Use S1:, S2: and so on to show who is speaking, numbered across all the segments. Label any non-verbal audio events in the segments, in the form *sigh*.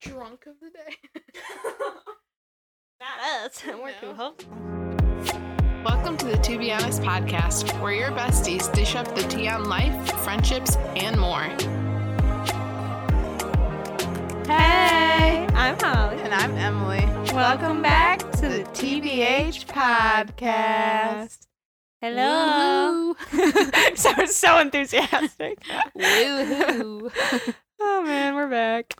S1: drunk of the day. *laughs*
S2: Not us. *laughs* We're
S1: No.
S2: too hopeful.
S3: Welcome to the To Be Honest podcast, where your besties dish up the tea on life, friendships, and more.
S2: Hey, I'm Holly.
S3: And I'm Emily.
S2: Welcome back to
S3: the TBH podcast.
S2: Hello. Sounds *laughs* so enthusiastic.
S3: Woohoo.
S2: oh man, we're back.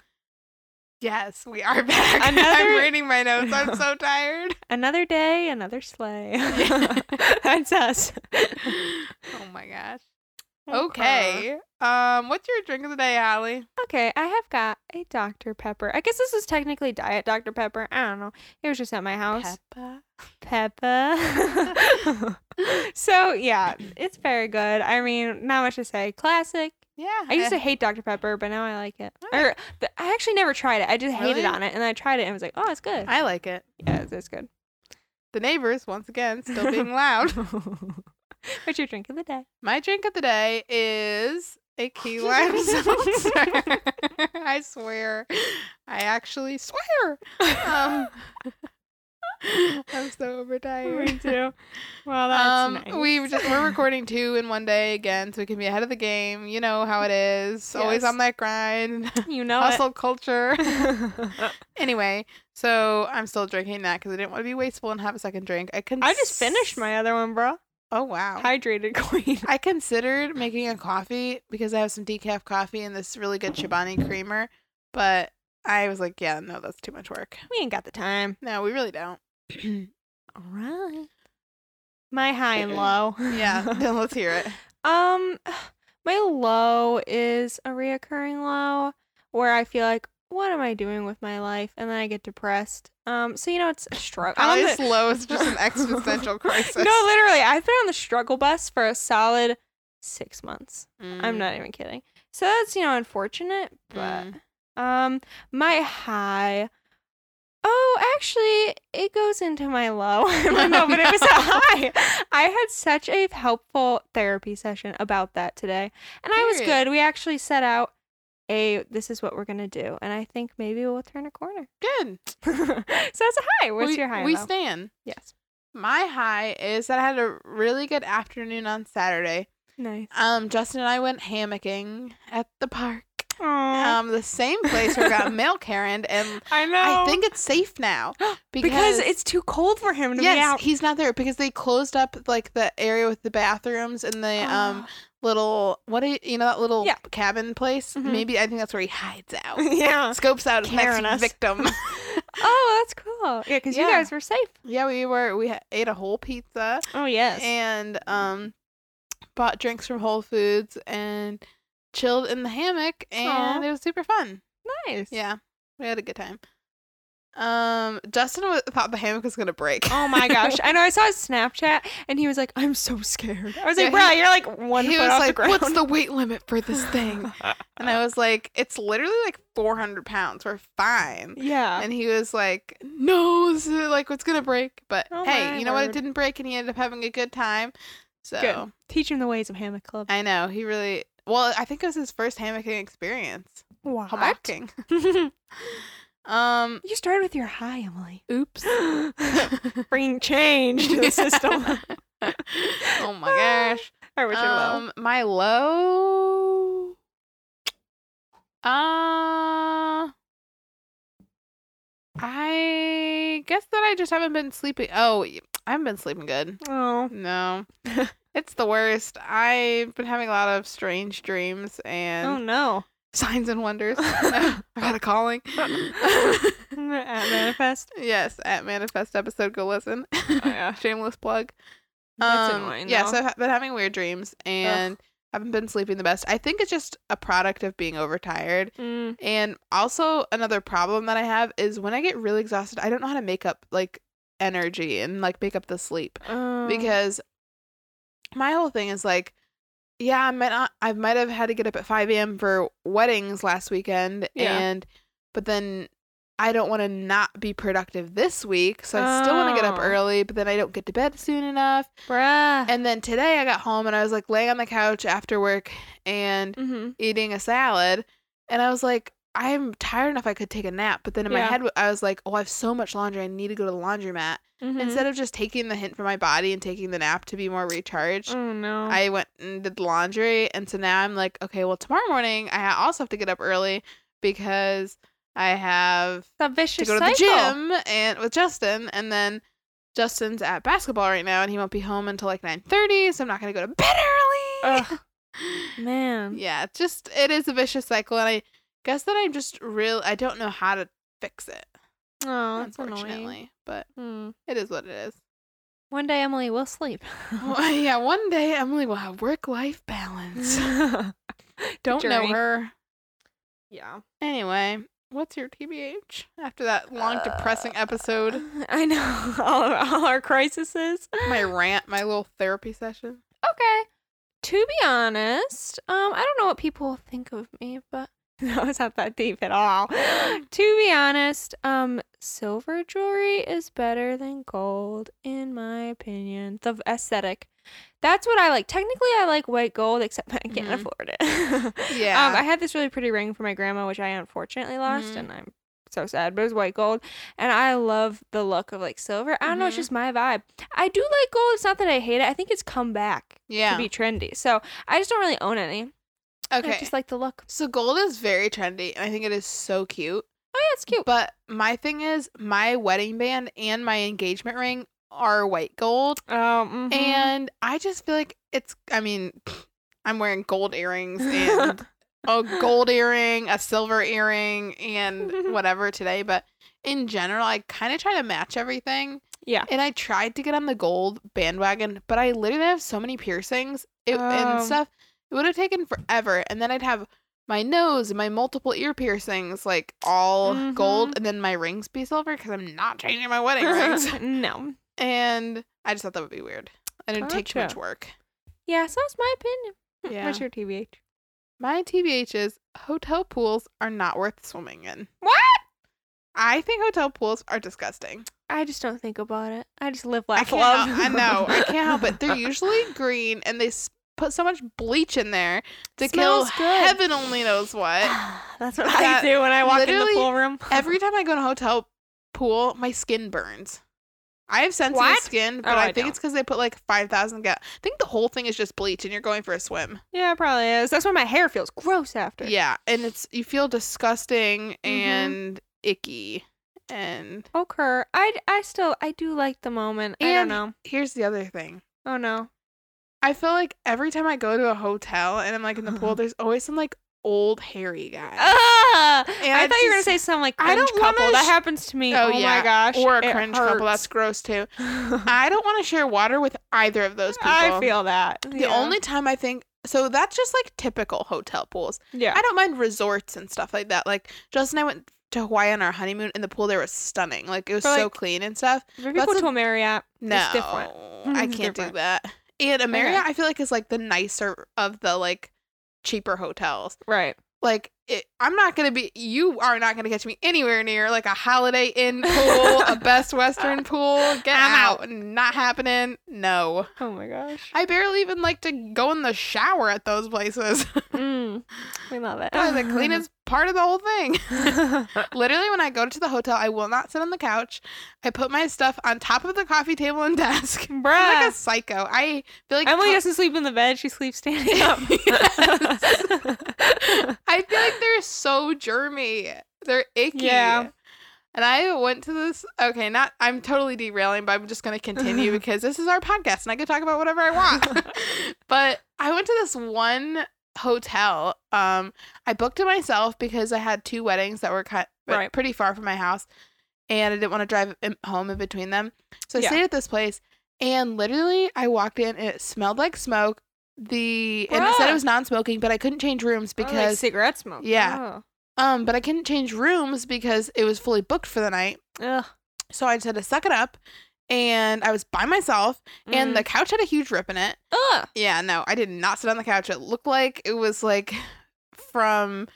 S3: *laughs* yes, we are back. *laughs*
S2: Another-
S3: I'm reading my notes. I'm
S2: *laughs*
S3: so tired.
S2: Another day, another sleigh. *laughs* That's us.
S3: Oh my gosh. *laughs* Okay. Um, what's your drink of the day, Holly?
S2: Uh-huh. Okay, I have got a Dr. Pepper. I guess this was technically Diet Dr. Pepper. I don't know. It was just at my house.
S3: Peppa. *laughs*
S2: Peppa. *laughs* so, yeah, it's very good. I mean, not much to say. Classic.
S3: Yeah. *laughs*
S2: I used to hate Dr. Pepper, but now I like it.
S3: I
S2: Or, but I actually never tried it. I just hated
S3: Really?
S2: on it, and I tried it and was like, oh, it's good.
S3: I like it.
S2: yeah, it's,
S3: *laughs*
S2: it's good.
S3: The neighbors, once again, still
S2: *laughs*
S3: being loud.
S2: What's your drink of the day?
S3: My drink of the day is
S2: Oh,
S3: a
S2: *laughs*
S3: key lime seltzer. *laughs* I swear. I actually swear. Um, *laughs* I'm
S2: Oh
S3: so overtired.
S2: *laughs* too. Well,
S3: Um, we just we're recording two in one day again, so we can be ahead of the game. You know how it is. Always
S2: Yes.
S3: on that grind. *laughs*
S2: you know it.
S3: Hustle culture. *laughs* anyway, so I'm still drinking that because I didn't want to be wasteful and have a second drink. I can.
S2: *laughs* I just finished my other one, bro.
S3: Oh wow.
S2: Hydrated queen. *laughs*
S3: I considered making a coffee because I have some decaf coffee and this really good Chobani creamer, but I was like, yeah, no, that's too much work.
S2: We ain't got the time.
S3: No, we really don't.
S2: *clears throat* All right. My high and low. *laughs*
S3: Yeah, then let's hear it.
S2: Um, *sighs* my low is a reoccurring low where I feel like, what am I doing with my life? And then I get depressed. Um, so you know, it's a struggle. I'm on
S3: Ali's
S2: the-
S3: low is just an
S2: *laughs*
S3: existential crisis.
S2: no,
S3: *laughs*
S2: literally, I've been on the struggle bus for a solid six months. I'm
S3: Mm,
S2: not even kidding. So that's you know unfortunate, but
S3: mm.
S2: um, my high. Oh, actually, it goes into my low. *laughs* I don't know, but it
S3: *laughs*
S2: was a
S3: no.
S2: high. I had such a helpful therapy session about that today, and I was
S3: Period.
S2: good. We actually set out a this is what we're gonna do, and I think maybe we'll turn a corner. *laughs*
S3: good.
S2: so that's a high. What's
S3: we,
S2: your high? and
S3: We
S2: low?
S3: stand.
S2: yes,
S3: My high is that I had a really good afternoon on Saturday.
S2: nice.
S3: Um, Justin and I went hammocking at the park.
S2: Aw,
S3: Um, the same place where we
S2: *laughs*
S3: got mail carried, and
S2: I know.
S3: I think it's safe now
S2: *gasps* because, it's too cold for him to be
S3: yes,
S2: out.
S3: he's not there because they closed up like the area with the bathrooms and the *laughs*
S2: *gasps*
S3: um little what do you, you know that little
S2: Yeah.
S3: cabin place.
S2: Mhm.
S3: Maybe I think that's where he hides out.
S2: *laughs* *laughs* yeah.
S3: Scopes out his next
S2: Karen us.
S3: victim.
S2: *laughs*
S3: *laughs*
S2: Oh, that's cool. Yeah, because you
S3: Yeah.
S2: guys were safe.
S3: yeah, we were we ha- ate a whole pizza
S2: Oh yes.
S3: and um bought drinks from Whole Foods and chilled in the hammock and
S2: Aw.
S3: it was super fun.
S2: nice.
S3: Yeah, we had a good time. Um, Justin wa thought the hammock was gonna break.
S2: Oh my
S3: *laughs*
S2: gosh. I know I saw his Snapchat and he was like, I'm so scared. I was
S3: Yeah,
S2: like, bro, you're like one
S3: he
S2: foot
S3: was
S2: off the
S3: like,
S2: ground.
S3: "What's the weight limit for
S2: *laughs*
S3: this thing?" and I was like, "It's literally like 400 pounds. We're fine."
S2: *laughs* yeah.
S3: And he was like, "No, this is like what's gonna break." But
S2: Oh my
S3: hey, you know what? It
S2: word.
S3: didn't break, and he ended up having a good time. So
S2: Good. Teach him the ways of hammock club.
S3: I know he really. Well, I think it was his first hammocking experience.
S2: what?
S3: Hammocking.
S2: *laughs* you
S3: *laughs* Um.
S2: started with your
S3: *laughs*
S2: high, Emily.
S3: Oops.
S2: *laughs* Bringing change to the system. All
S3: *laughs* oh my gosh.
S2: right, what's your low?
S3: Um, my low. Uh, I guess that I just haven't been sleeping. Oh, y- I haven't been sleeping good.
S2: Oh, *laughs*
S3: No, it's the worst. I've been having a lot of strange dreams and
S2: oh no.
S3: *laughs* signs and
S2: *laughs*
S3: wonders. *laughs* I've had a calling. *laughs*
S2: At manifest.
S3: yes, at manifest episode, go listen. *laughs*
S2: yeah.
S3: Shameless plug.
S2: That's
S3: Oh, Um,
S2: annoying.
S3: Yeah,
S2: though.
S3: so I've ha- been having weird dreams and haven't been sleeping the best. I think it's just a product of being overtired.
S2: Mm,
S3: And also another problem that I have is when I get really exhausted, I don't know how to make up like energy and like make up the sleep
S2: um,
S3: because my whole thing is like, yeah, I might not, I might have had to get up at five a.m. for weddings last weekend,
S2: Yeah.
S3: and but then I don't want to not be productive this week, so I still want to get up
S2: Oh.
S3: early, but then I don't get to bed soon enough.
S2: Um, bruh.
S3: And then today I got home and I was like laying on the couch after work and
S2: mm-hmm.
S3: eating a salad. And I was like, I'm tired enough I could take a nap, but then in my
S2: Yeah.
S3: head I was like, oh, I have so much laundry. I need to go to the laundromat.
S2: Mm-hmm.
S3: Instead of just taking the hint from my body and taking the nap to be more recharged,
S2: oh no.
S3: I went and did laundry, and so now I'm like, okay, well tomorrow morning I ha- also have to get up early because I have
S2: that vicious
S3: to go to
S2: cycle.
S3: the gym and with Justin, and then Justin's at basketball right now, and he won't be home until like nine thirty, so I'm not gonna go to bed early.
S2: Ugh, man.
S3: *laughs* yeah, it's just it is a vicious cycle, and I guess that I'm just real. I don't know how to fix it,
S2: Oh, that's
S3: unfortunately,
S2: annoying.
S3: but
S2: Hmm.
S3: it is what it is.
S2: One day Emily will sleep. *laughs*
S3: Well, yeah, one day Emily will have work life balance. Mm, Don't know
S2: Journey.
S3: her.
S2: Yeah.
S3: Anyway, what's your TBH after that long, depressing episode?
S2: *laughs* I know all of, all our crises.
S3: My rant, my little therapy session.
S2: Okay. To be honest, um, I don't know what people think of me, but *laughs* no, it's not that deep at all. to be honest, um, silver jewelry is better than gold, in my opinion. The aesthetic. That's what I like. Technically, I like white gold, except *laughs* I can't
S3: Mhm.
S2: afford it.
S3: Yeah.
S2: Um, I had this really pretty ring for my grandma, which I unfortunately lost,
S3: Mhm.
S2: and I'm so sad, but it was white gold. And I love the look of like silver. I don't know, it's
S3: Mhm.
S2: just my vibe. I do like gold. It's not that I hate it. I think it's come back
S3: Yeah.
S2: to be trendy. So I just don't really own any. I
S3: okay.
S2: just like the look.
S3: So gold is very trendy, and I think it is so cute.
S2: Oh yeah, it's cute.
S3: But my thing is, my wedding band and my engagement ring are white gold,
S2: Um,
S3: and I just feel like it's. I mean, *sniffs* I'm wearing gold earrings
S2: *laughs*
S3: and a gold earring, a silver earring,
S2: *laughs*
S3: and whatever today. But in general, I kind of try to match everything.
S2: Yeah.
S3: And I tried to get on the gold bandwagon, but I literally have so many piercings it, and
S2: Oh.
S3: stuff. It would have taken forever. And then I'd have my nose and my multiple ear piercings, like all gold,
S2: Mm-hmm.
S3: and then my rings be silver because I'm not changing
S2: *laughs*
S3: my wedding *laughs* rings.
S2: no.
S3: And I just thought that would be weird. And it'd take too much
S2: Gotcha.
S3: work.
S2: Yeah, so that's my opinion. *laughs*
S3: Yeah.
S2: What's your TBH?
S3: Hmm, My TBH is hotel pools are not worth swimming in.
S2: What?
S3: I think hotel pools are disgusting.
S2: I just don't think about it. I just live,
S3: I
S2: laugh,
S3: can't.
S2: love.
S3: hel- I know. I can't help it. *laughs*
S2: *laughs*
S3: They're usually green, and they s- put so much bleach in there to
S2: Smells
S3: kill
S2: good.
S3: heaven only knows what.
S2: *sighs* That's what
S3: That
S2: I do when I walk in the
S3: literally
S2: pool room.
S3: *sighs* Every time I go to a hotel pool, my skin burns. I have sensitive
S2: What?
S3: skin, but
S2: Oh,
S3: I,
S2: I
S3: think it's because they put like five thousand gal. I think the whole thing is just bleach, and you're going for a swim.
S2: *laughs* yeah, it probably is. That's why my hair feels gross after.
S3: Yeah, and it's you feel disgusting
S2: Mhm.
S3: and icky. And
S2: Okay. I, I still I do like the moment. I don't
S3: And-
S2: know.
S3: here's the other thing.
S2: Oh no.
S3: I feel like every time I go to a hotel and I'm like in the *laughs* pool, there's always some like old hairy guy
S2: Ah! I,
S3: I
S2: thought you were gonna
S3: just-
S2: say some like
S3: I
S2: cringe
S3: don't wanna
S2: couple. that
S3: sh-
S2: happens to me.
S3: Oh,
S2: Oh,
S3: yeah.
S2: my gosh.
S3: or a
S2: it
S3: cringe couple. That's
S2: hurts.
S3: gross *laughs* too. I don't want to share water with either of those people.
S2: *laughs* I feel that.
S3: the only time I think so that's just like typical hotel pools.
S2: yeah.
S3: I don't mind resorts and stuff like that. Like Justin and I went to Hawaii on our honeymoon, and the pool there was stunning. Like it was
S2: But,
S3: so
S2: like,
S3: clean and stuff.
S2: Maybe
S3: that's
S2: go
S3: a-
S2: to a Marriott.
S3: No,
S2: It's different. *laughs*
S3: I
S2: It's
S3: can't do
S2: different.
S3: that. And a Marriott,
S2: Okay.
S3: I feel like is like the nicer of the like cheaper hotels.
S2: Right.
S3: like it, I'm not gonna be. You are not gonna catch me anywhere near like a Holiday Inn pool,
S2: *laughs*
S3: a Best Western pool. Get
S2: I'm
S3: out. Not happening. No.
S2: Oh my gosh.
S3: I barely even like to go in the shower at those places. *laughs*
S2: Mm, we love it. *laughs*
S3: Probably the cleanest part of the whole thing. Literally, when I go to the hotel, I will not sit on the couch. I put my stuff on top of the coffee table and *laughs* desk. I'm like a
S2: Bruh.
S3: psycho. I feel like
S2: Emily
S3: co-
S2: doesn't sleep in the bed. She
S3: *laughs*
S2: sleeps standing up. *laughs*
S3: I feel like they're so germy. They're icky.
S2: Yeah.
S3: And I went to this. Okay, not. I'm totally derailing, but I'm just going to
S2: *laughs*
S3: continue because this is our podcast and I can talk about whatever I want. but I went to this one hotel. Um, I booked it myself because I had two weddings that were cut
S2: Right.
S3: pretty far from my house, and I didn't want to drive in- home in between them. So I
S2: Yeah.
S3: stayed at this place, and literally, I walked in and it smelled like smoke. The and it said it
S2: Bruh.
S3: was non-smoking, but I couldn't change rooms
S2: Or, like,
S3: because
S2: cigarette smoke.
S3: Yeah. um, but I couldn't change rooms because it was fully booked for the night.
S2: Oh. Ugh.
S3: So I just had to suck it up, and I was by myself, and
S2: Mm-hmm.
S3: the couch had a huge rip in it.
S2: Mm. Ugh.
S3: Yeah, no, I did not sit on the couch. It looked like it was like from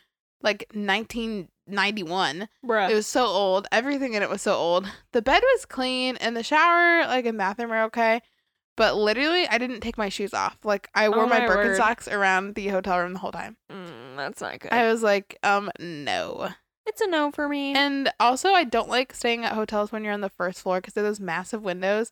S3: like 1991.
S2: Bruh.
S3: It was so old. Everything in it was so old. The bed was clean and the shower, like and bathroom were okay. But literally, I didn't take my shoes off. Like I wore
S2: Oh
S3: my,
S2: my word.
S3: Birkenstocks around the hotel room the whole time.
S2: Mm, that's not good.
S3: I was like, um, no.
S2: it's a no for me.
S3: And also, I don't like staying at hotels when you're on the first floor because there's those massive windows.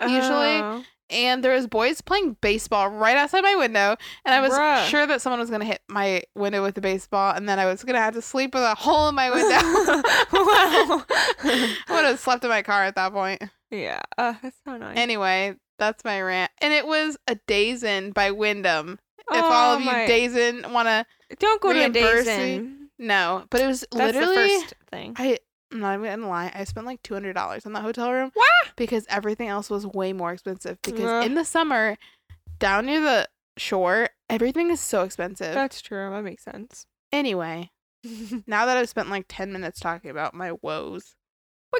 S3: usually-
S2: Oh.
S3: And there was boys playing baseball right outside my window, and I was
S2: Bruh.
S3: sure that someone was gonna hit my window with the baseball, and then I was gonna have to sleep with a hole in my
S2: *laughs*
S3: window. *laughs*
S2: wow.
S3: I would have slept in my car at that point.
S2: yeah, uh, that's so nice.
S3: Anyway, that's my rant, and it was a Days In by Wyndham. If all
S2: Oh
S3: of you
S2: my-
S3: Days In wanna
S2: don't go to a
S3: reimburse
S2: day's
S3: me,
S2: in.
S3: know, but it was
S2: That's
S3: literally
S2: the first thing.
S3: I I'm not even gonna lie, I spent like two hundred dollars on that hotel room
S2: Wah!
S3: because everything else was way more expensive. Because
S2: Ugh.
S3: in the summer, down near the shore, everything is so expensive.
S2: That's true. That makes sense.
S3: anyway,
S2: *laughs* We're
S3: now that I've spent like ten minutes talking about my woes,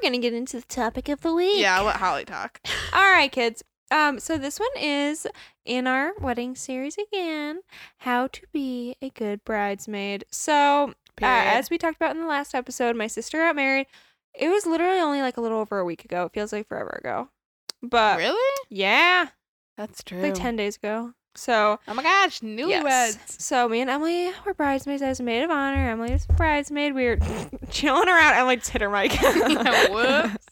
S2: gonna get into the topic of the week.
S3: yeah, I'll let Holly
S2: *laughs*
S3: talk.
S2: All right, kids. Um, so this one is in our wedding series again. How to be a good bridesmaid. So Uh,
S3: Period.
S2: as we talked about in the last episode, my sister got married. It was literally only like a little over a week ago. It feels like forever ago. But
S3: really?
S2: yeah,
S3: That's true.
S2: like 10 days ago. So,
S3: Oh my gosh, newlyweds.
S2: yes. So, me and Emily were bridesmaids. I was a maid of honor. Emily was a bridesmaid. We were *laughs* chilling around. Emily just hit
S3: *laughs*
S2: her mic. *laughs*
S3: Yeah, whoops.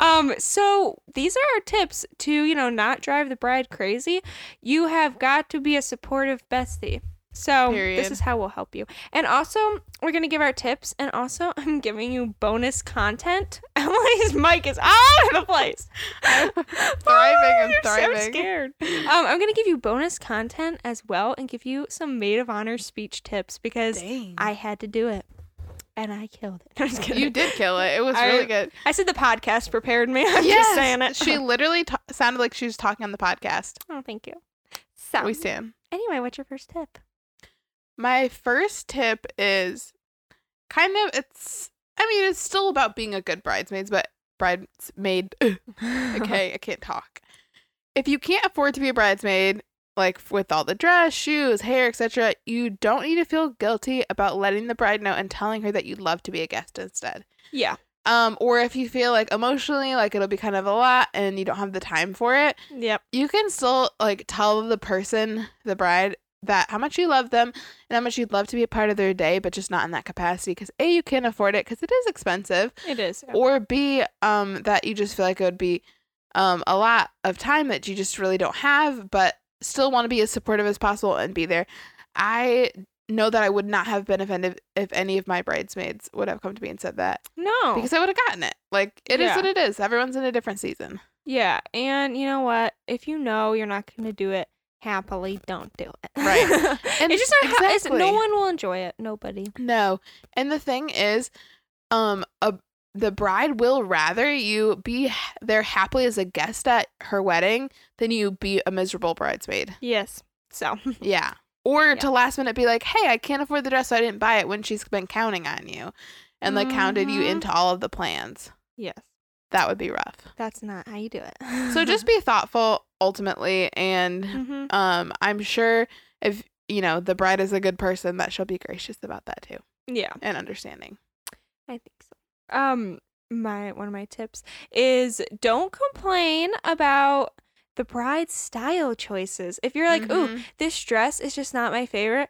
S2: Um, so these are our tips to, you know, not drive the bride crazy. You have got to be a supportive bestie. So this
S3: Period.
S2: is how we'll help you. And also, we're gonna give our tips and also *laughs* I'm giving you bonus content. *laughs* Emily,'s mic is all over the
S3: *laughs*
S2: place. Oh,
S3: I'm thriving, I'm
S2: You're so
S3: thriving.
S2: scared. Um, I'm gonna give you bonus content as well and give you some maid of honor speech tips because
S3: Dang.
S2: I had to do it. And I killed it. *laughs* I'm just
S3: *laughs*
S2: kidding.
S3: you did kill it. It was
S2: I-
S3: really good.
S2: I said the podcast prepared me. *laughs* I'm just
S3: Yes,
S2: saying it. *laughs*
S3: She literally ta sounded like she was talking on the podcast.
S2: Oh, thank you. So,
S3: we stand.
S2: anyway, what's your first
S3: *laughs*
S2: tip?
S3: My first tip is kind of it's I mean it's still about being a good bridesmaids, but bridesmaid *laughs* okay, I can't talk. If you can't afford to be a bridesmaid, like with all the dress, shoes, hair, etc., you don't need to feel guilty about letting the bride know and telling her that you'd love to be a guest instead.
S2: Yeah.
S3: Um, or if you feel like emotionally like it'll be kind of a lot and you don't have the time for it,
S2: Yep.
S3: you can still like tell the person, the bride, that how much you love them and how much you'd love to be a part of their day, but just not in that capacity because a you can't afford it because it is expensive,
S2: It is.
S3: or b um that you just feel like it would be um a lot of time that you just really don't have, but still want to be as supportive as possible and be there. I know that I would not have been offended if any of my bridesmaids would have come to me and said that
S2: no.
S3: because I would have gotten it. Like it is
S2: Oh. Yeah.
S3: what it is. Everyone's in a different season.
S2: yeah. And you know what? If you know you're not going to do it happily, don't do it.
S3: Right.
S2: *laughs* and
S3: And
S2: it's just not how it's, no
S3: exactly.
S2: one will enjoy it. Nobody.
S3: No. And the thing is, um, a, the bride will rather you be h- there happily as a guest at her wedding than you be a miserable bridesmaid.
S2: *laughs* Yes. So,
S3: Yeah. Or
S2: Yeah.
S3: to last minute be like, hey, I can't afford the dress, so I didn't buy it when she's been counting on you and like counted you
S2: Mhm.
S3: into all of the plans.
S2: yes.
S3: That would be rough.
S2: That's not how you do it.
S3: So just
S2: *laughs*
S3: be thoughtful ultimately. And
S2: hmm
S3: um, I'm sure if, you know, the bride is a good person, that she'll be gracious about that too
S2: Yeah.
S3: and understanding.
S2: I think so. Um, my one of my tips is don't complain about the bride's style choices. If you're like, ooh,
S3: Mhm.
S2: this dress is just not my favorite.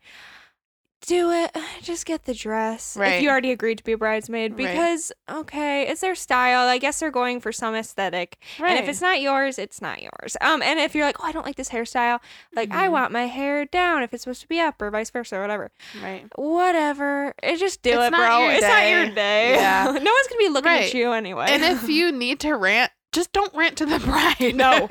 S2: Do it. *sighs* Just get the dress. If
S3: Right.
S2: you already agreed to be a bridesmaid,
S3: Right.
S2: because okay, it's their style. I guess they're going for some aesthetic. And if
S3: Right.
S2: it's not yours, it's not yours. Um, and if you're like, oh, I don't like this hairstyle, like I
S3: Mhm.
S2: want my hair down if it's supposed to be up, or vice versa, or whatever.
S3: Right.
S2: Whatever. It just do
S3: It's
S2: it,
S3: not
S2: bro.
S3: your
S2: It's not your
S3: day.
S2: day.
S3: Yeah.
S2: *laughs* no one's gonna be looking at
S3: Right.
S2: you anyway.
S3: And
S2: *laughs*
S3: if you need to rant, just don't rant to the bride.
S2: No.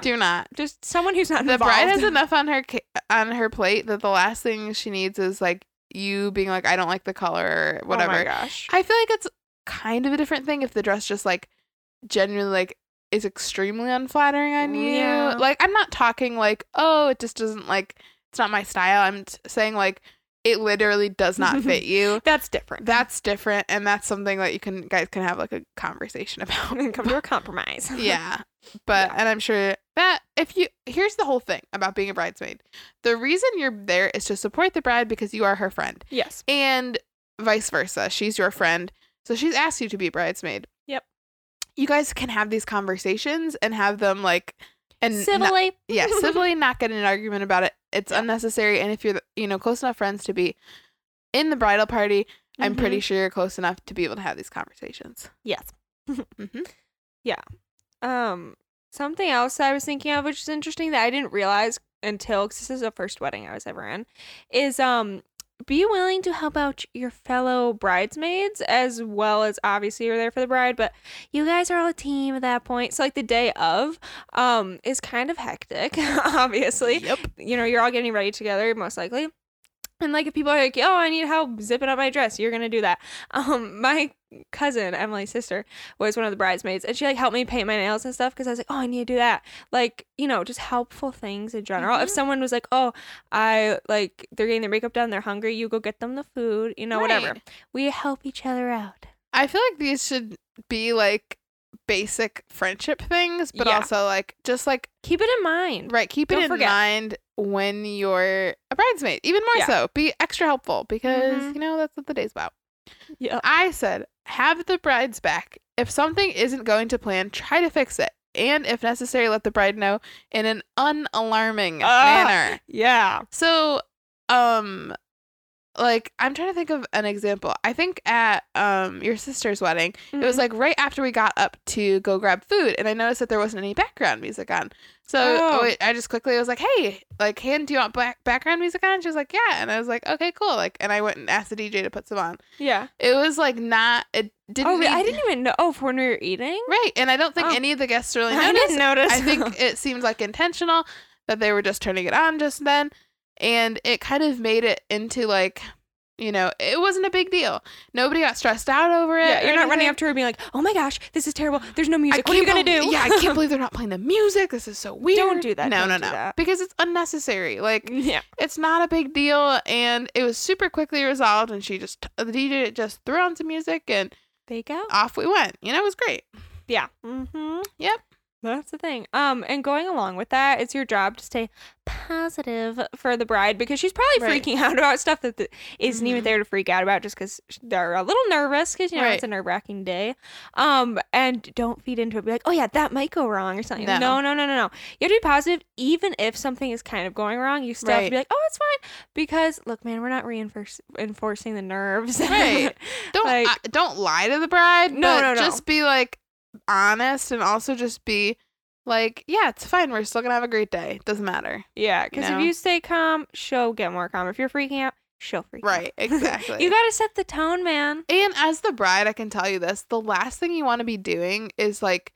S3: *laughs* do not.
S2: just someone who's not
S3: The
S2: involved.
S3: bride has enough on her ca- on her plate that the last thing she needs is like you being like, I don't like the color or whatever.
S2: *laughs* Oh my gosh.
S3: I feel like it's kind of a different thing if the dress just like genuinely like is extremely unflattering on you.
S2: Yeah.
S3: Like I'm not talking like, oh, it just doesn't like it's not my style. I'm t- saying like it literally does not
S2: *laughs*
S3: fit you.
S2: That's
S3: *laughs*
S2: different.
S3: That's different, and that's something that you can guys can have like a conversation *laughs* about.
S2: come to a compromise. *laughs*
S3: yeah but
S2: Yeah.
S3: and i'm sure that if you here's the whole thing about being a bridesmaid the reason you're there is to support the bride because you are her friend
S2: Yes.
S3: and vice versa she's your friend so she's asked you to be a bridesmaid
S2: Yep.
S3: you guys can have these conversations and have them like and
S2: Civilly.
S3: yeah civilly not get in an argument about it It's unnecessary. And if you're, the- you know, close enough friends to be in the bridal party, I'm
S2: Mm-hmm.
S3: pretty sure you're close enough to be able to have these conversations.
S2: Yes.
S3: hmm
S2: Um, something else that I was thinking of, which is interesting that I didn't realize until because this is the first wedding I was ever in, is um, be willing to help out your fellow bridesmaids as well as obviously you're there for the bride, but you guys are all a team at that point. So like the day of, um, is kind of hectic, *laughs* obviously
S3: Yep.
S2: you know, you're all getting ready together, most likely. And like if people are like, "Oh, I need help zipping up my dress," you're gonna do that. *laughs* Um, my cousin Emily's sister was one of the bridesmaids, and she like helped me paint my nails and stuff because I was like, "Oh, I need to do that." Like you know, just helpful things in general. If
S3: Mhm.
S2: someone was like, "Oh, I like they're getting their makeup done, they're hungry," you go get them the food, you know, whatever.
S3: Right.
S2: We help each other out.
S3: I feel like these should be like basic friendship things, but
S2: Yeah.
S3: also like just like
S2: Keep it in mind.
S3: right, keep it
S2: Don't
S3: in
S2: forget.
S3: mind when you're a bridesmaid. Even more
S2: Yeah.
S3: so, be extra helpful because
S2: Mhm.
S3: you know that's what the day's about.
S2: Yeah.
S3: I said, have the bride's back. If something isn't going to plan, try to fix it. And if necessary, let the bride know in an unalarming
S2: Ah.
S3: manner.
S2: Yeah.
S3: So, um, like I'm trying to think of an example. I think at um your sister's wedding, it
S2: Mm-hmm.
S3: was like right after we got up to go grab food, and I noticed that there wasn't any background music on. So
S2: Oh.
S3: I- I just quickly was like, "Hey, like, Han, do you want back- background music on?" And she was like, "Yeah," and I was like, "Okay, cool." Like, and I went and asked the DJ to put some on.
S2: yeah.
S3: It was like not. It didn't.
S2: Oh, re- I
S3: need-
S2: didn't even know. Oh, for when we were eating.
S3: Right, and I don't think
S2: Oh.
S3: any of the guests really
S2: *laughs* I
S3: noticed.
S2: didn't notice.
S3: I think it seemed like intentional that they were just turning it on just then. And it kind of made it into like, you know, it wasn't a big deal. Nobody got stressed out over it.
S2: Yeah, you're
S3: or
S2: not running
S3: anything.
S2: up to her being like, "Oh my gosh, this is terrible. There's no
S3: I
S2: music. What are you
S3: can't
S2: gonna
S3: believe-
S2: do?" *laughs*
S3: Yeah, I can't believe they're not playing the music. This is so weird.
S2: do that.
S3: No,
S2: *laughs* Don't
S3: no,
S2: do
S3: no.
S2: that.
S3: Because it's unnecessary. Like,
S2: yeah,
S3: it's not a big deal. And it was super quickly resolved. And she just, the DJ just threw on some music and
S2: they go.
S3: off we went. You know, it was great.
S2: Yeah. Mm-hmm.
S3: Yep.
S2: That's the thing. Um, and going along with that, it's your job to stay positive for the bride because she's probably
S3: Right.
S2: freaking *laughs* out about stuff that th- isn't even
S3: Mhm.
S2: there to freak out about just because they're a little nervous because you know it's
S3: Right.
S2: a nerve wracking day. Um, and don't feed into it. Be like, oh yeah, that might go wrong or something.
S3: No.
S2: no, no, no, no. no. You have to be positive, even if something is kind of going wrong. You still have to
S3: Right.
S2: be like, oh, it's fine because look, man, we're not reinforce- enforcing the nerves. *laughs*
S3: Right. don't
S2: Like-
S3: I- don't lie to the bride.
S2: No,
S3: but
S2: no, no.
S3: Just be like honest and also just be like, yeah, it's fine. We're still gonna have a great day. Doesn't matter.
S2: Yeah, because
S3: No.
S2: if you stay calm, she'll get more calm. If you're freaking out, she'll freak out.
S3: Right. Exactly.
S2: *laughs* You gotta set the tone, man.
S3: and as the bride, I can tell you this: the last thing you want to be doing is like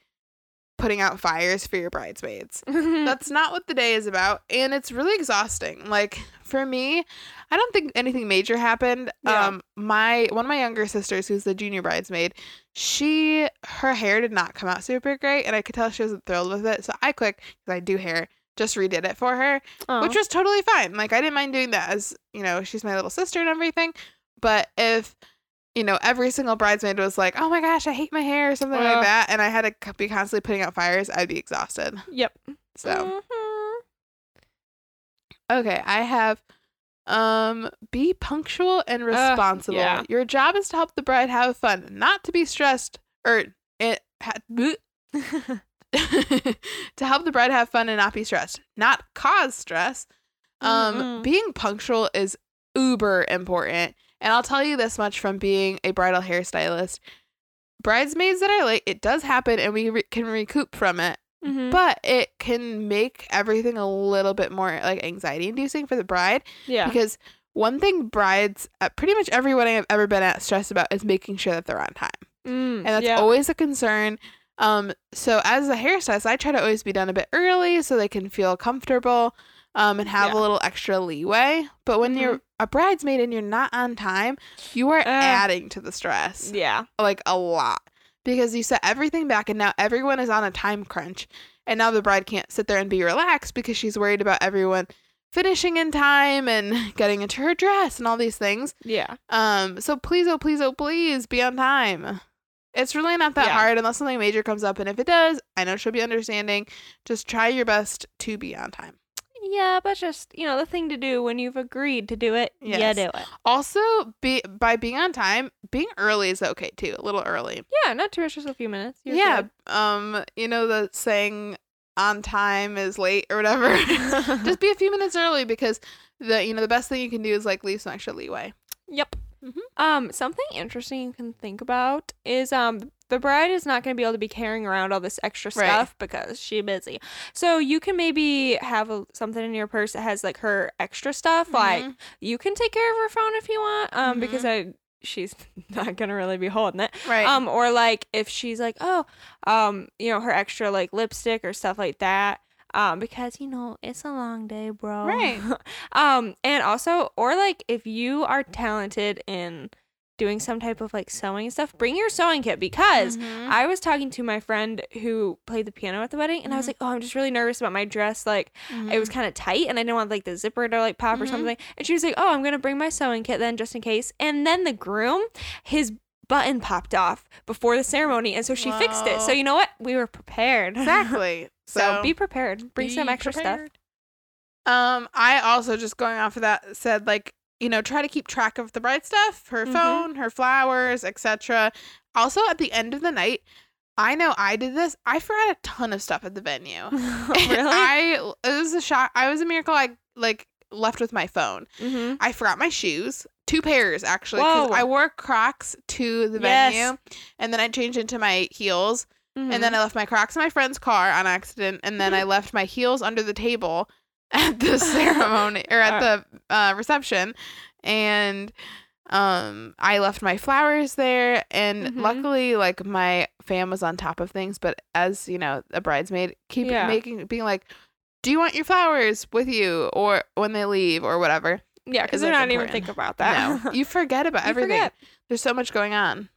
S3: putting out fires for your bridesmaids.
S2: Mm.
S3: That's not what the day is about. And it's really exhausting. Like for me, I don't think anything major happened.
S2: Yeah.
S3: Um my one of my younger sisters who's the junior bridesmaid, she her hair did not come out super great and I could tell she wasn't thrilled with it. So I quick cuz I do hair just redid it for her,
S2: *laughs* Aw.
S3: which was totally fine. Like I didn't mind doing that as, you know, she's my little sister and everything. But if you know, every single bridesmaid was like, "Oh my gosh, I hate my hair" or something
S2: Ugh.
S3: like that, and I had to c- be constantly putting out fires, I'd be exhausted.
S2: *laughs* yep.
S3: So,
S2: Mhm. Mm.
S3: Okay, I have um be punctual and responsible.
S2: yeah.
S3: Your job is to help the bride have fun, not to be stressed or it ha- bleh.
S2: Mm-hmm. *laughs*
S3: *laughs* to help the bride have fun and not be stressed, not cause stress. Um
S2: Mm-mm.
S3: being punctual is uber important. And I'll tell you this much from being a bridal hairstylist. Bridesmaids that are late, it does happen and we re- can recoup from it
S2: Mhm.
S3: but it can make everything a little bit more like anxiety inducing for the bride
S2: yeah.
S3: because one thing brides at pretty much every wedding I've ever been at stressed about is making sure that they're on time.
S2: Mm,
S3: And that's
S2: yeah.
S3: always a concern. Um so as a hairstylist, I try to always be done a bit early so they can feel comfortable um and have
S2: Yeah.
S3: a little extra leeway. But when
S2: Mhm.
S3: you're a bridesmaid and you're not on time, you are adding to the stress
S2: Uh. yeah.
S3: like a lot because you set everything back and now everyone is on a time crunch and now the bride can't sit there and be relaxed because she's worried about everyone finishing in time and *laughs* getting into her dress and all these things
S2: Yeah.
S3: um so please oh please oh please be on time it's really not that
S2: Yeah.
S3: hard unless something major comes up and if it does i know she'll be understanding just try your best to be on time
S2: Yeah, but just you know the thing to do when you've agreed to do it, yeah,
S3: Yes.
S2: do it.
S3: also be by being on time being early is okay too a little early
S2: Yeah, not too much, just a few minutes. You're
S3: yeah.
S2: good.
S3: Um, you know the saying on time is late or whatever. *laughs* Just be a few minutes early because the you know the best thing you can do is like leave some extra leeway.
S2: Yep.
S3: Mhm.
S2: Um, something interesting you can think about is um the bride is not going to be able to be carrying around all this extra
S3: Right.
S2: stuff because she's busy. So you can maybe have a, something in your purse that has like her extra stuff. Like
S3: Mhm.
S2: you can take care of her phone if you want.
S3: Mm-hmm.
S2: Um, because I she's *laughs* not gonna really be holding it.
S3: right.
S2: Um, or like if she's like, oh, um, you know, her extra like lipstick or stuff like that. Um, because you know it's a long day, bro.
S3: Right.
S2: um, and also, or like if you are talented in doing some type of like sewing and stuff, bring your sewing kit because.
S3: Mhm.
S2: I was talking to my friend who played the piano at the wedding, and I was
S3: Mhm.
S2: like, "Oh, I'm just really nervous about my dress. Like, it
S3: Mm-hmm.
S2: was kind of tight and *laughs* I didn't want like the zipper to like pop or
S3: Mhm.
S2: something. And she was like, "Oh, I'm gonna bring my sewing kit then, just in case." And then the groom, his button popped off before the ceremony, and so she fixed it. So
S3: Wow.
S2: you know what? We were prepared. *laughs*
S3: exactly.
S2: so, be prepared. Bring some
S3: be
S2: extra stuff.
S3: prepared. Um, I also just going off of that said like you know try to keep track of the bride stuff, her
S2: Mhm.
S3: phone, her flowers, etc. Also at the end of the night, I know I did this. I forgot a ton of stuff at the venue. *laughs*
S2: *laughs* *laughs* really?
S3: I it was a shock. I was a miracle. I like left with my phone.
S2: mm-hmm.
S3: I forgot my shoes, two pairs actually. 'cause
S2: Whoa.
S3: I wore Crocs to the
S2: Yes.
S3: venue, and then I changed into my heels,
S2: Mm-hmm.
S3: and then I left my Crocs in my friend's car on accident, and then
S2: *laughs*
S3: I left my heels under the table *laughs* at the ceremony or at the uh, reception, and um I left my flowers there, and
S2: Mhm.
S3: luckily like my fam was on top of things, but as you know, a bridesmaid keep
S2: Yeah.
S3: making being like. Do you want your flowers with you or when they leave or whatever?
S2: *laughs* yeah, because
S3: is,
S2: they're
S3: like,
S2: not even
S3: important.
S2: thinking about
S3: No. *laughs*
S2: that. *laughs*
S3: You forget about
S2: You
S3: everything.
S2: forget.
S3: There's so much going on.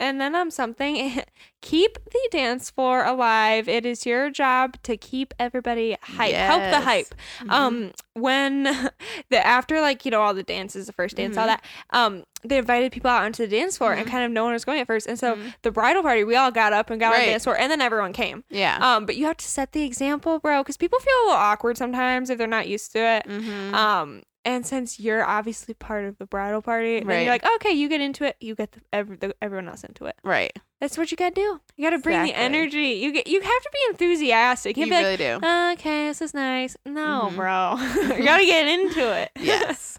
S2: And then um something *laughs* keep the dance floor alive. It is your job to keep everybody hype. Help the
S3: Yes. Mm-hmm.
S2: hype. um when *laughs* the after like you know all the dances the first dance
S3: Mhm.
S2: all that um they invited people out onto the dance floor and
S3: Mhm.
S2: kind of no one was going at first and so
S3: Mhm.
S2: the bridal party we all got up and got on
S3: Right.
S2: the dance floor and then everyone came
S3: yeah.
S2: um but you have to set the example bro because people feel a little awkward sometimes if they're not used to it
S3: Mhm.
S2: um and since you're obviously part of the bridal party then you're
S3: Right.
S2: like okay you get into it you get the, every, the, everyone else into it
S3: right.
S2: that's what you gotta do you gotta bring the
S3: Exactly.
S2: energy you get you have to be enthusiastic you Mm-hmm.
S3: You
S2: can't be like "Uh,
S3: really do.
S2: *laughs* okay, this is nice. No,
S3: Mhm.
S2: bro. *laughs* you gotta get into it. *laughs*
S3: yes.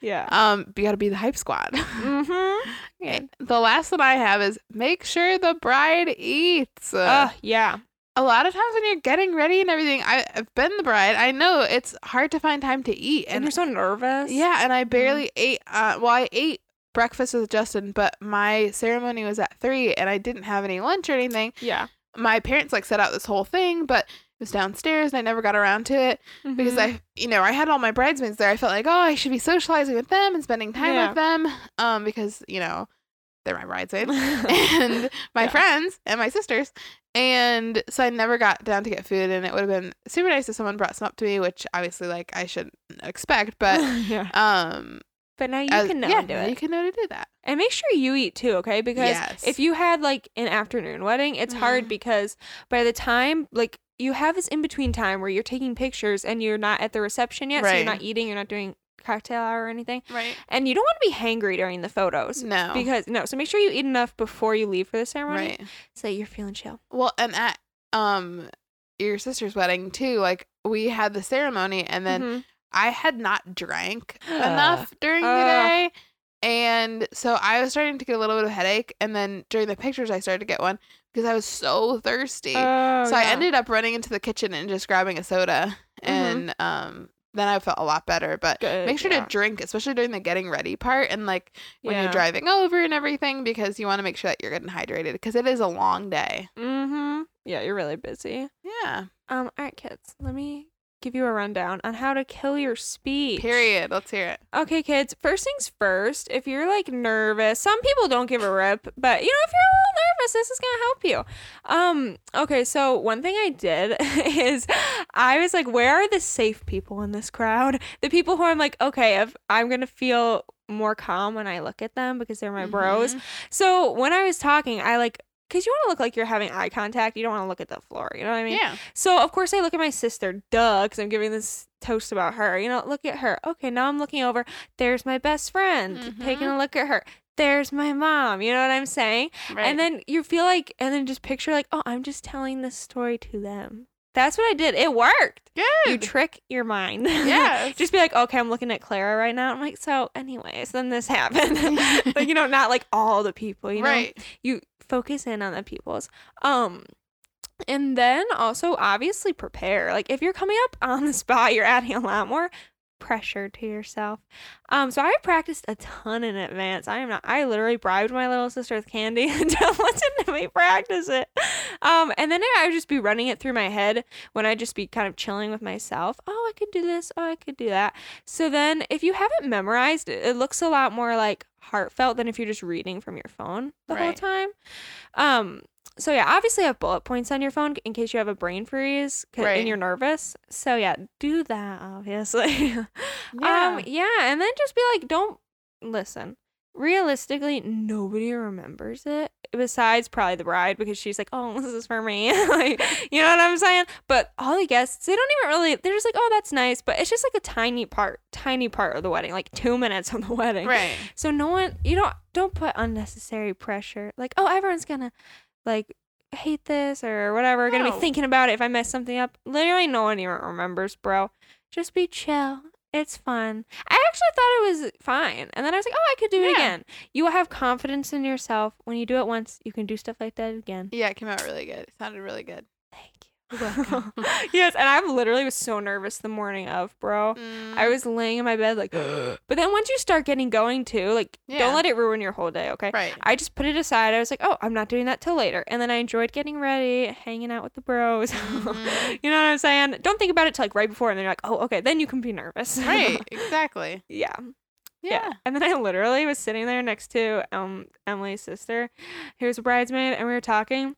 S2: yeah.
S3: Um, you got to be the hype squad. *laughs*
S2: Mm-hmm.
S3: Okay. The last one I have is make sure the bride eats.
S2: Oh, yeah.
S3: a lot of times when you're getting ready and everything, I, I've been the bride. I know it's hard to find time to eat,
S2: And
S3: and
S2: you're so nervous.
S3: yeah, and I barely ate. Uh, well, I ate breakfast with Justin, but my ceremony was at three, and I didn't have any lunch or anything.
S2: Yeah.
S3: my parents like set out this whole thing, but it was downstairs and I never got around to it
S2: Mm-hmm.
S3: because
S2: *laughs*
S3: I, you know, I had all my bridesmaids there. I felt like, oh, I should be socializing with them and spending time
S2: Yeah.
S3: with them, um, because you know, they're my
S2: *laughs*
S3: bridesmaids
S2: I
S3: and my
S2: Yeah.
S3: friends and my sisters, and so I never got down to get food, and it would have been super nice if someone brought some up to me, which obviously like I shouldn't expect,
S2: *laughs*
S3: but
S2: yeah.
S3: um,
S2: But now you
S3: as-
S2: can know
S3: yeah,
S2: and do
S3: you
S2: it.
S3: can know to do that,
S2: And make sure you eat too, okay? Because
S3: Yes.
S2: if you had like an afternoon wedding, it's hard
S3: Mhm.
S2: because by the time like you have this in between time where you're taking pictures and you're not at the reception yet, so you're
S3: Right.
S2: not eating, you're not doing cocktail hour or anything.
S3: right?
S2: And you don't want to be hangry during the photos.
S3: No,
S2: Because no, so make sure you eat enough before you leave for the ceremony.
S3: right.
S2: So you're feeling chill.
S3: Well, and at um your sister's wedding too, like we had the ceremony and then
S2: Mhm.
S3: I had not
S2: *gasps*
S3: drank
S2: Ugh.
S3: enough during the
S2: Ugh.
S3: day. And so I was starting to get a little bit of headache and then during the pictures I started to get one because I was so thirsty.
S2: Oh,
S3: so I ended up running into the kitchen and just grabbing a soda
S2: Mhm.
S3: and um then I felt a lot better, but
S2: Good,
S3: make sure
S2: yeah.
S3: to drink, especially during the getting ready part and like when
S2: Yeah.
S3: you're driving over and everything, because you want to make sure that you're getting hydrated because it is a long day.
S2: Mm-hmm. Yeah, you're really busy.
S3: Yeah.
S2: Um, all right, kids. Let me give you a rundown on how to kill your speech.
S3: Period. Let's hear it.
S2: Okay, kids. First things first. If you're like nervous, some people don't give a rip, but you know, if you're a little nervous, this is gonna help you. Um. Okay. So one thing I did *laughs* is I was like, where are the safe people in this crowd? The people who I'm like, okay, if I'm gonna feel more calm when I look at them because they're my bros.
S3: Mm-hmm.
S2: So when I was talking, I like because you want to look like you're having eye contact. You don't want to look at the floor. You know what I mean?
S3: yeah.
S2: So of course I look at my sister, duh, because I'm giving this toast about her. You know, look at her. Okay, now I'm looking over. There's my best friend taking
S3: Mm-hmm.
S2: a look at her. There's my mom. You know what I'm saying?
S3: Right.
S2: And then you feel like, and then just picture like, oh, I'm just telling this story to them. That's what I did. It worked. You
S3: Good.
S2: trick your mind.
S3: Yes.
S2: *laughs* Just be like, okay, I'm looking at Clara right now. I'm like, so, anyways, then this happened. *laughs* like, you know, not like all the people, you know?
S3: right.
S2: You focus in on the people's. Um, and then also obviously prepare. Like, if you're coming up *laughs* on the spot, you're adding a lot more pressure to yourself. Um, so I practiced a ton in advance. I am not. I literally bribed my little sister with candy *laughs* and don't listen to me practice it. Um, and then I would just be running it through my head when I just be kind of chilling with myself. Oh, I could do this. Oh, I could do that. So then, if you haven't memorized it, it looks a lot more like heartfelt than if you're just reading from your phone the whole
S3: Right.
S2: time. Um. So yeah, obviously have bullet points on your phone in case you have a brain freeze 'cause-
S3: Right.
S2: and you're nervous. So yeah, do that obviously. *laughs*
S3: Yeah.
S2: Um, yeah, and then just be like, don't listen. Realistically, nobody remembers it besides probably the bride because she's like, oh, *laughs* this is for me. like, you know what I'm saying? But all the guests, they don't even really, they're just like, oh, that's nice. But it's just like a tiny part, tiny part of the wedding, like two minutes of the *laughs* wedding.
S3: right.
S2: So no one, you don't, don't put unnecessary pressure. Like, oh, everyone's gonna like hate this or whatever. Gonna
S3: No.
S2: be thinking about it if I mess something up. Literally, no one even remembers, bro. Just be chill. It's fun. I actually thought it was fine, and then I was like, oh, I could do it
S3: Yeah.
S2: again. You will have confidence in yourself when you do it once. You can do stuff like that again.
S3: Yeah, it came out really good. It sounded really
S2: *laughs*
S3: good. *laughs*
S2: Thank you. yes, and I literally was so nervous the morning of, bro.
S3: Mm,
S2: I
S3: Mm-hmm.
S2: was laying in my bed like, *gasps* but then once you start getting going too, like,
S3: Yeah.
S2: don't let it ruin your whole day, okay? *laughs*
S3: right.
S2: I just put it aside. I was like, oh, I'm not doing that till later. And then I enjoyed getting ready, hanging out with the bros. *laughs*
S3: Mhm.
S2: you know what I'm saying? Don't think about it till like right before, and then you're like, oh, okay, then you can be nervous. *laughs*
S3: right. Exactly.
S2: yeah, yeah. *laughs*
S3: Yeah.
S2: And then I literally was sitting there next to um Emily's sister, who was a bridesmaid, and we were talking.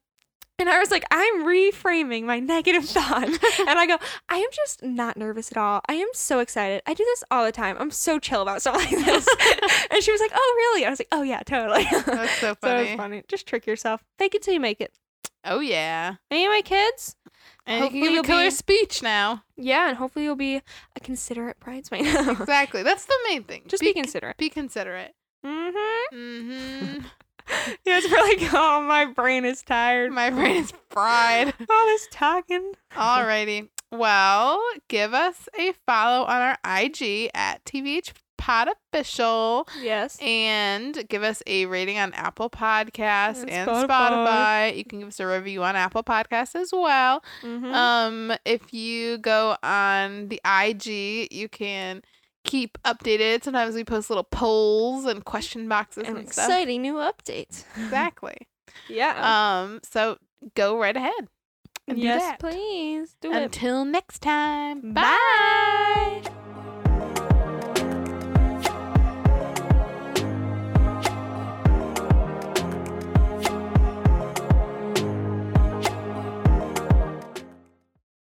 S2: And I was like, I'm reframing my negative *laughs* thought. and I go, I am just not nervous at all. I am so excited. I do this all the time. I'm so chill about stuff like this. *laughs* and she was like, Oh, really? I was like, Oh, yeah, totally. *laughs*
S3: That's so
S2: So
S3: funny.
S2: it's funny. Just trick yourself. Fake it till you make it.
S3: Oh yeah.
S2: Anyway, kids.
S3: And
S2: Hopefully
S3: you can give
S2: you'll
S3: a killer
S2: be-
S3: speech
S2: *laughs*
S3: now.
S2: Yeah, and hopefully you'll be a considerate bridesmaid. *laughs*
S3: Exactly. That's the main thing.
S2: Just be considerate.
S3: Be considerate.
S2: Mm-hmm. *laughs*
S3: Mm-hmm.
S2: Yeah, it's really oh, my brain is tired.
S3: My brain
S2: *laughs*
S3: is fried.
S2: All this talking.
S3: Alrighty. Well, give us a follow on our IG at TVH Pod Official
S2: Yes.
S3: and give us a rating on Apple Podcasts
S2: And
S3: and
S2: Spotify.
S3: Spotify. You can give us a review on Apple Podcasts as well.
S2: Mhm.
S3: Um, if you go on the IG, you can keep updated. Sometimes we post little polls and question boxes
S2: An
S3: and, stuff.
S2: exciting new update.
S3: Exactly.
S2: Yeah.
S3: Um, so go right ahead and
S2: Uh, yes,
S3: do that.
S2: please do it.
S3: Until next time.
S2: Bye.